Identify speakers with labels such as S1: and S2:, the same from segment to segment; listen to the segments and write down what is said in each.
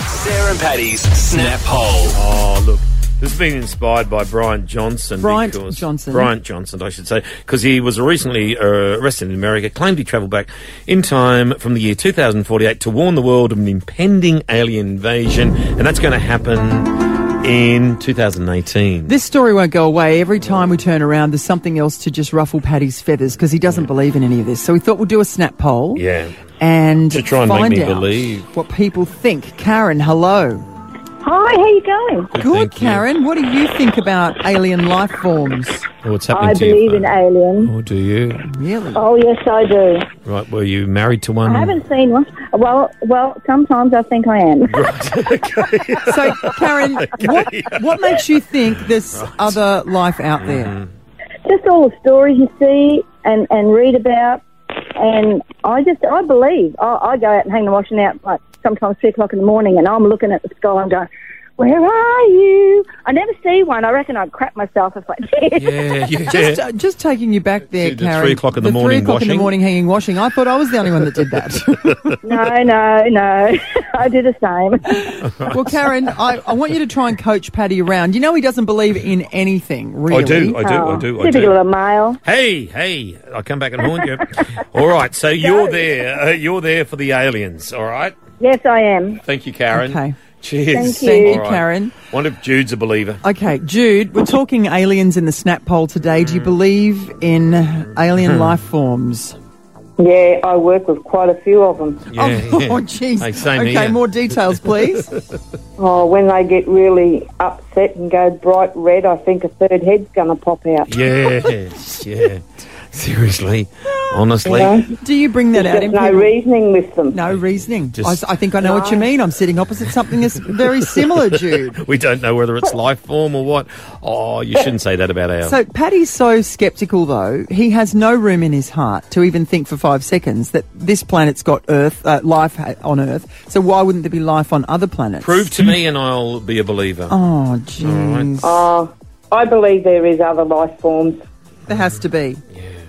S1: Sarah and Patty's snap poll.
S2: Oh, look. This has been inspired by Bryant Johnson.
S3: Bryant
S2: because-
S3: Johnson.
S2: Bryant Johnson, I should say, because he was recently uh, arrested in America, claimed he travelled back in time from the year 2048 to warn the world of an impending alien invasion, and that's going to happen in 2018.
S3: This story won't go away. Every time we turn around, there's something else to just ruffle Paddy's feathers because he doesn't believe in any of this. So we thought we'll do a snap poll.
S2: Yeah.
S3: And
S2: To try and make
S3: find
S2: me
S3: out
S2: believe.
S3: what people think. Karen, hello.
S4: Hi, how you going?
S2: Good,
S3: Good,
S2: thank you.
S3: Karen. What do you think about alien life forms?
S2: Oh, what's happening
S4: I
S2: to your
S4: believe in
S2: phone?
S4: aliens.
S2: Oh, do you?
S3: Really?
S4: Oh yes, I do.
S2: Right, were you married to one?
S4: I haven't seen one. Well, well, sometimes I think I am.
S3: So, Karen, what, what makes you think there's other life out there?
S2: Mm-hmm.
S4: just all the stories you see and and read about, and I just I believe. I, I go out and hang the washing out like sometimes three o'clock in the morning, and I'm looking at the sky and going, "Where are you?" I never see one. I reckon I'd crap myself if I did.
S2: Yeah, yeah.
S3: Just, uh, just taking you back there,
S2: To the
S3: Karen.
S2: three o'clock in the morning
S3: three o'clock in the
S2: washing.
S3: morning hanging washing. I thought I was the only one that did that.
S4: No, no, no. I do the same.
S3: Well, Karen, I, I want you to try and coach Paddy around. You know he doesn't believe in anything, really.
S2: I do, I do, I do, I
S4: Oh, Typical
S2: do.
S4: of a male.
S2: Hey, hey, I'll come back and haunt you. all right, so you're there. Uh, you're there for the aliens, all right?
S4: Yes, I am.
S2: Thank you, Karen.
S3: Okay.
S2: Cheers.
S4: Thank you. Thank
S3: you,
S2: All right.
S3: Karen.
S2: Wonder if Jude's a believer.
S3: Okay, Jude, we're talking aliens in the snap poll today.
S2: Mm.
S3: Do you believe in
S2: Hmm.
S3: alien life forms?
S5: Yeah, I work with quite a few of them.
S2: Yeah,
S3: oh,
S2: yeah.
S3: jeez.
S2: Hey, same
S3: okay,
S2: here.
S3: more details, please.
S5: Oh, when they get really upset and go bright red, I think a third head's going to pop out.
S2: Yes, yeah. Seriously, honestly.
S3: do you bring that out
S5: There's
S3: in
S5: no
S3: people?
S5: reasoning with them.
S3: No reasoning.
S2: Just-
S3: I s- I, think I know what you mean. I'm sitting opposite something that's very similar, Jude.
S2: We don't know whether it's life form or what. Oh, you shouldn't say that about ours.
S3: So Paddy's so sceptical, though he has no room in his heart to even think for five seconds that this planet's got Earth uh, life ha- on Earth. So why wouldn't there be life on other planets?
S2: Prove to me and I'll be a believer.
S3: Oh, jeez.
S5: Oh, I believe there is other life forms.
S3: There has to be.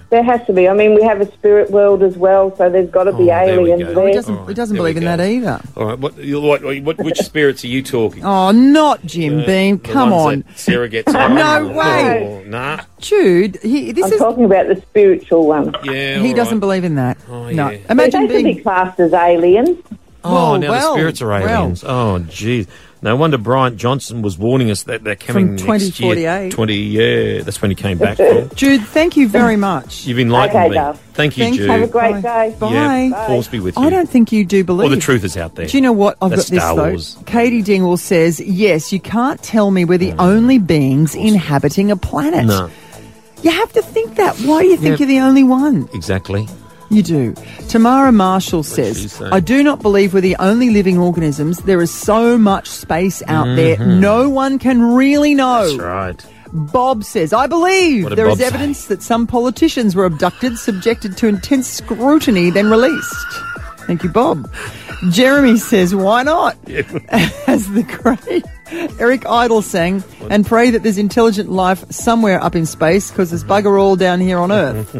S5: There has to be. I mean, we have a spirit world as well, so there's got to
S2: Oh,
S5: be
S2: there we
S5: aliens
S2: go.
S3: He
S2: Yeah.
S5: there.
S3: doesn't.
S2: All
S3: He
S2: right,
S3: doesn't
S2: there we
S3: believe in
S2: go.
S3: that either.
S2: All right, what, you- what, what, which spirits are you talking?
S3: Oh, not Jim Beam.
S2: The
S3: Come on,
S2: ones that Sarah gets home
S3: No
S2: or-
S3: way.
S2: or- nah.
S3: Jude. He, this
S5: I'm
S3: is.
S5: talking about the spiritual one.
S2: Yeah.
S3: He
S2: all
S3: doesn't
S2: right.
S3: believe in that.
S2: Oh,
S3: no.
S2: yeah.
S3: Imagine
S5: they could be
S3: being.
S5: classed as aliens.
S2: Oh,
S3: Well,
S2: now
S3: well,
S2: the spirits are
S3: well.
S2: aliens. Oh, jeez. No wonder Bryant Johnson was warning us that they're coming
S3: From
S2: next year.
S3: 2048.
S2: Twenty, yeah, that's when he came back. From.
S3: Jude, thank you very much.
S2: You've enlightened
S5: Okay,
S2: me.
S5: love.
S2: Thank you,
S3: Thank
S2: Jude.
S3: you.
S5: Have a great
S3: Bye.
S5: day.
S3: Bye.
S2: Yeah, force be with you.
S3: I don't think you do believe.
S2: Or the truth is out there.
S3: Do you know what? I've
S2: That's
S3: got this
S2: Star
S3: though.
S2: Wars.
S3: Katie Dingwall says, "Yes, you can't tell me we're the only beings inhabiting a planet.
S2: Mm. No,
S3: You have to think that. Why do you think
S2: Yeah.
S3: you're the only one?
S2: exactly.
S3: You do." Tamara Marshall
S2: she
S3: says,
S2: say?
S3: "I do not believe we're the only living organisms. There is so much space out there. No one can really know."
S2: Mm-hmm. That's right.
S3: Bob says, I believe
S2: What did
S3: there is
S2: Bob say?
S3: evidence that some politicians were abducted, subjected to intense scrutiny, then released. Thank you, Bob. Jeremy says, why not? As the great Eric Idle sang, and pray that there's intelligent life somewhere up in space because there's
S2: Mm-hmm.
S3: bugger all down here on Earth.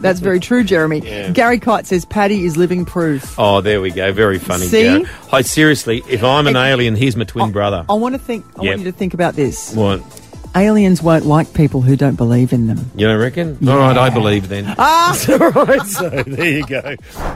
S3: That's very true, Jeremy. Gary Kite says, Paddy is living proof.
S2: Oh, there we go. Very funny.
S3: See?
S2: Gareth. Hi, seriously, if I'm an alien, here's my twin brother.
S3: I want to think. I
S2: Yep.
S3: want you to think about this.
S2: What?
S3: Aliens won't like people who don't believe in them.
S2: You don't reckon? All right, I believe then. Ah! All right, so there you go.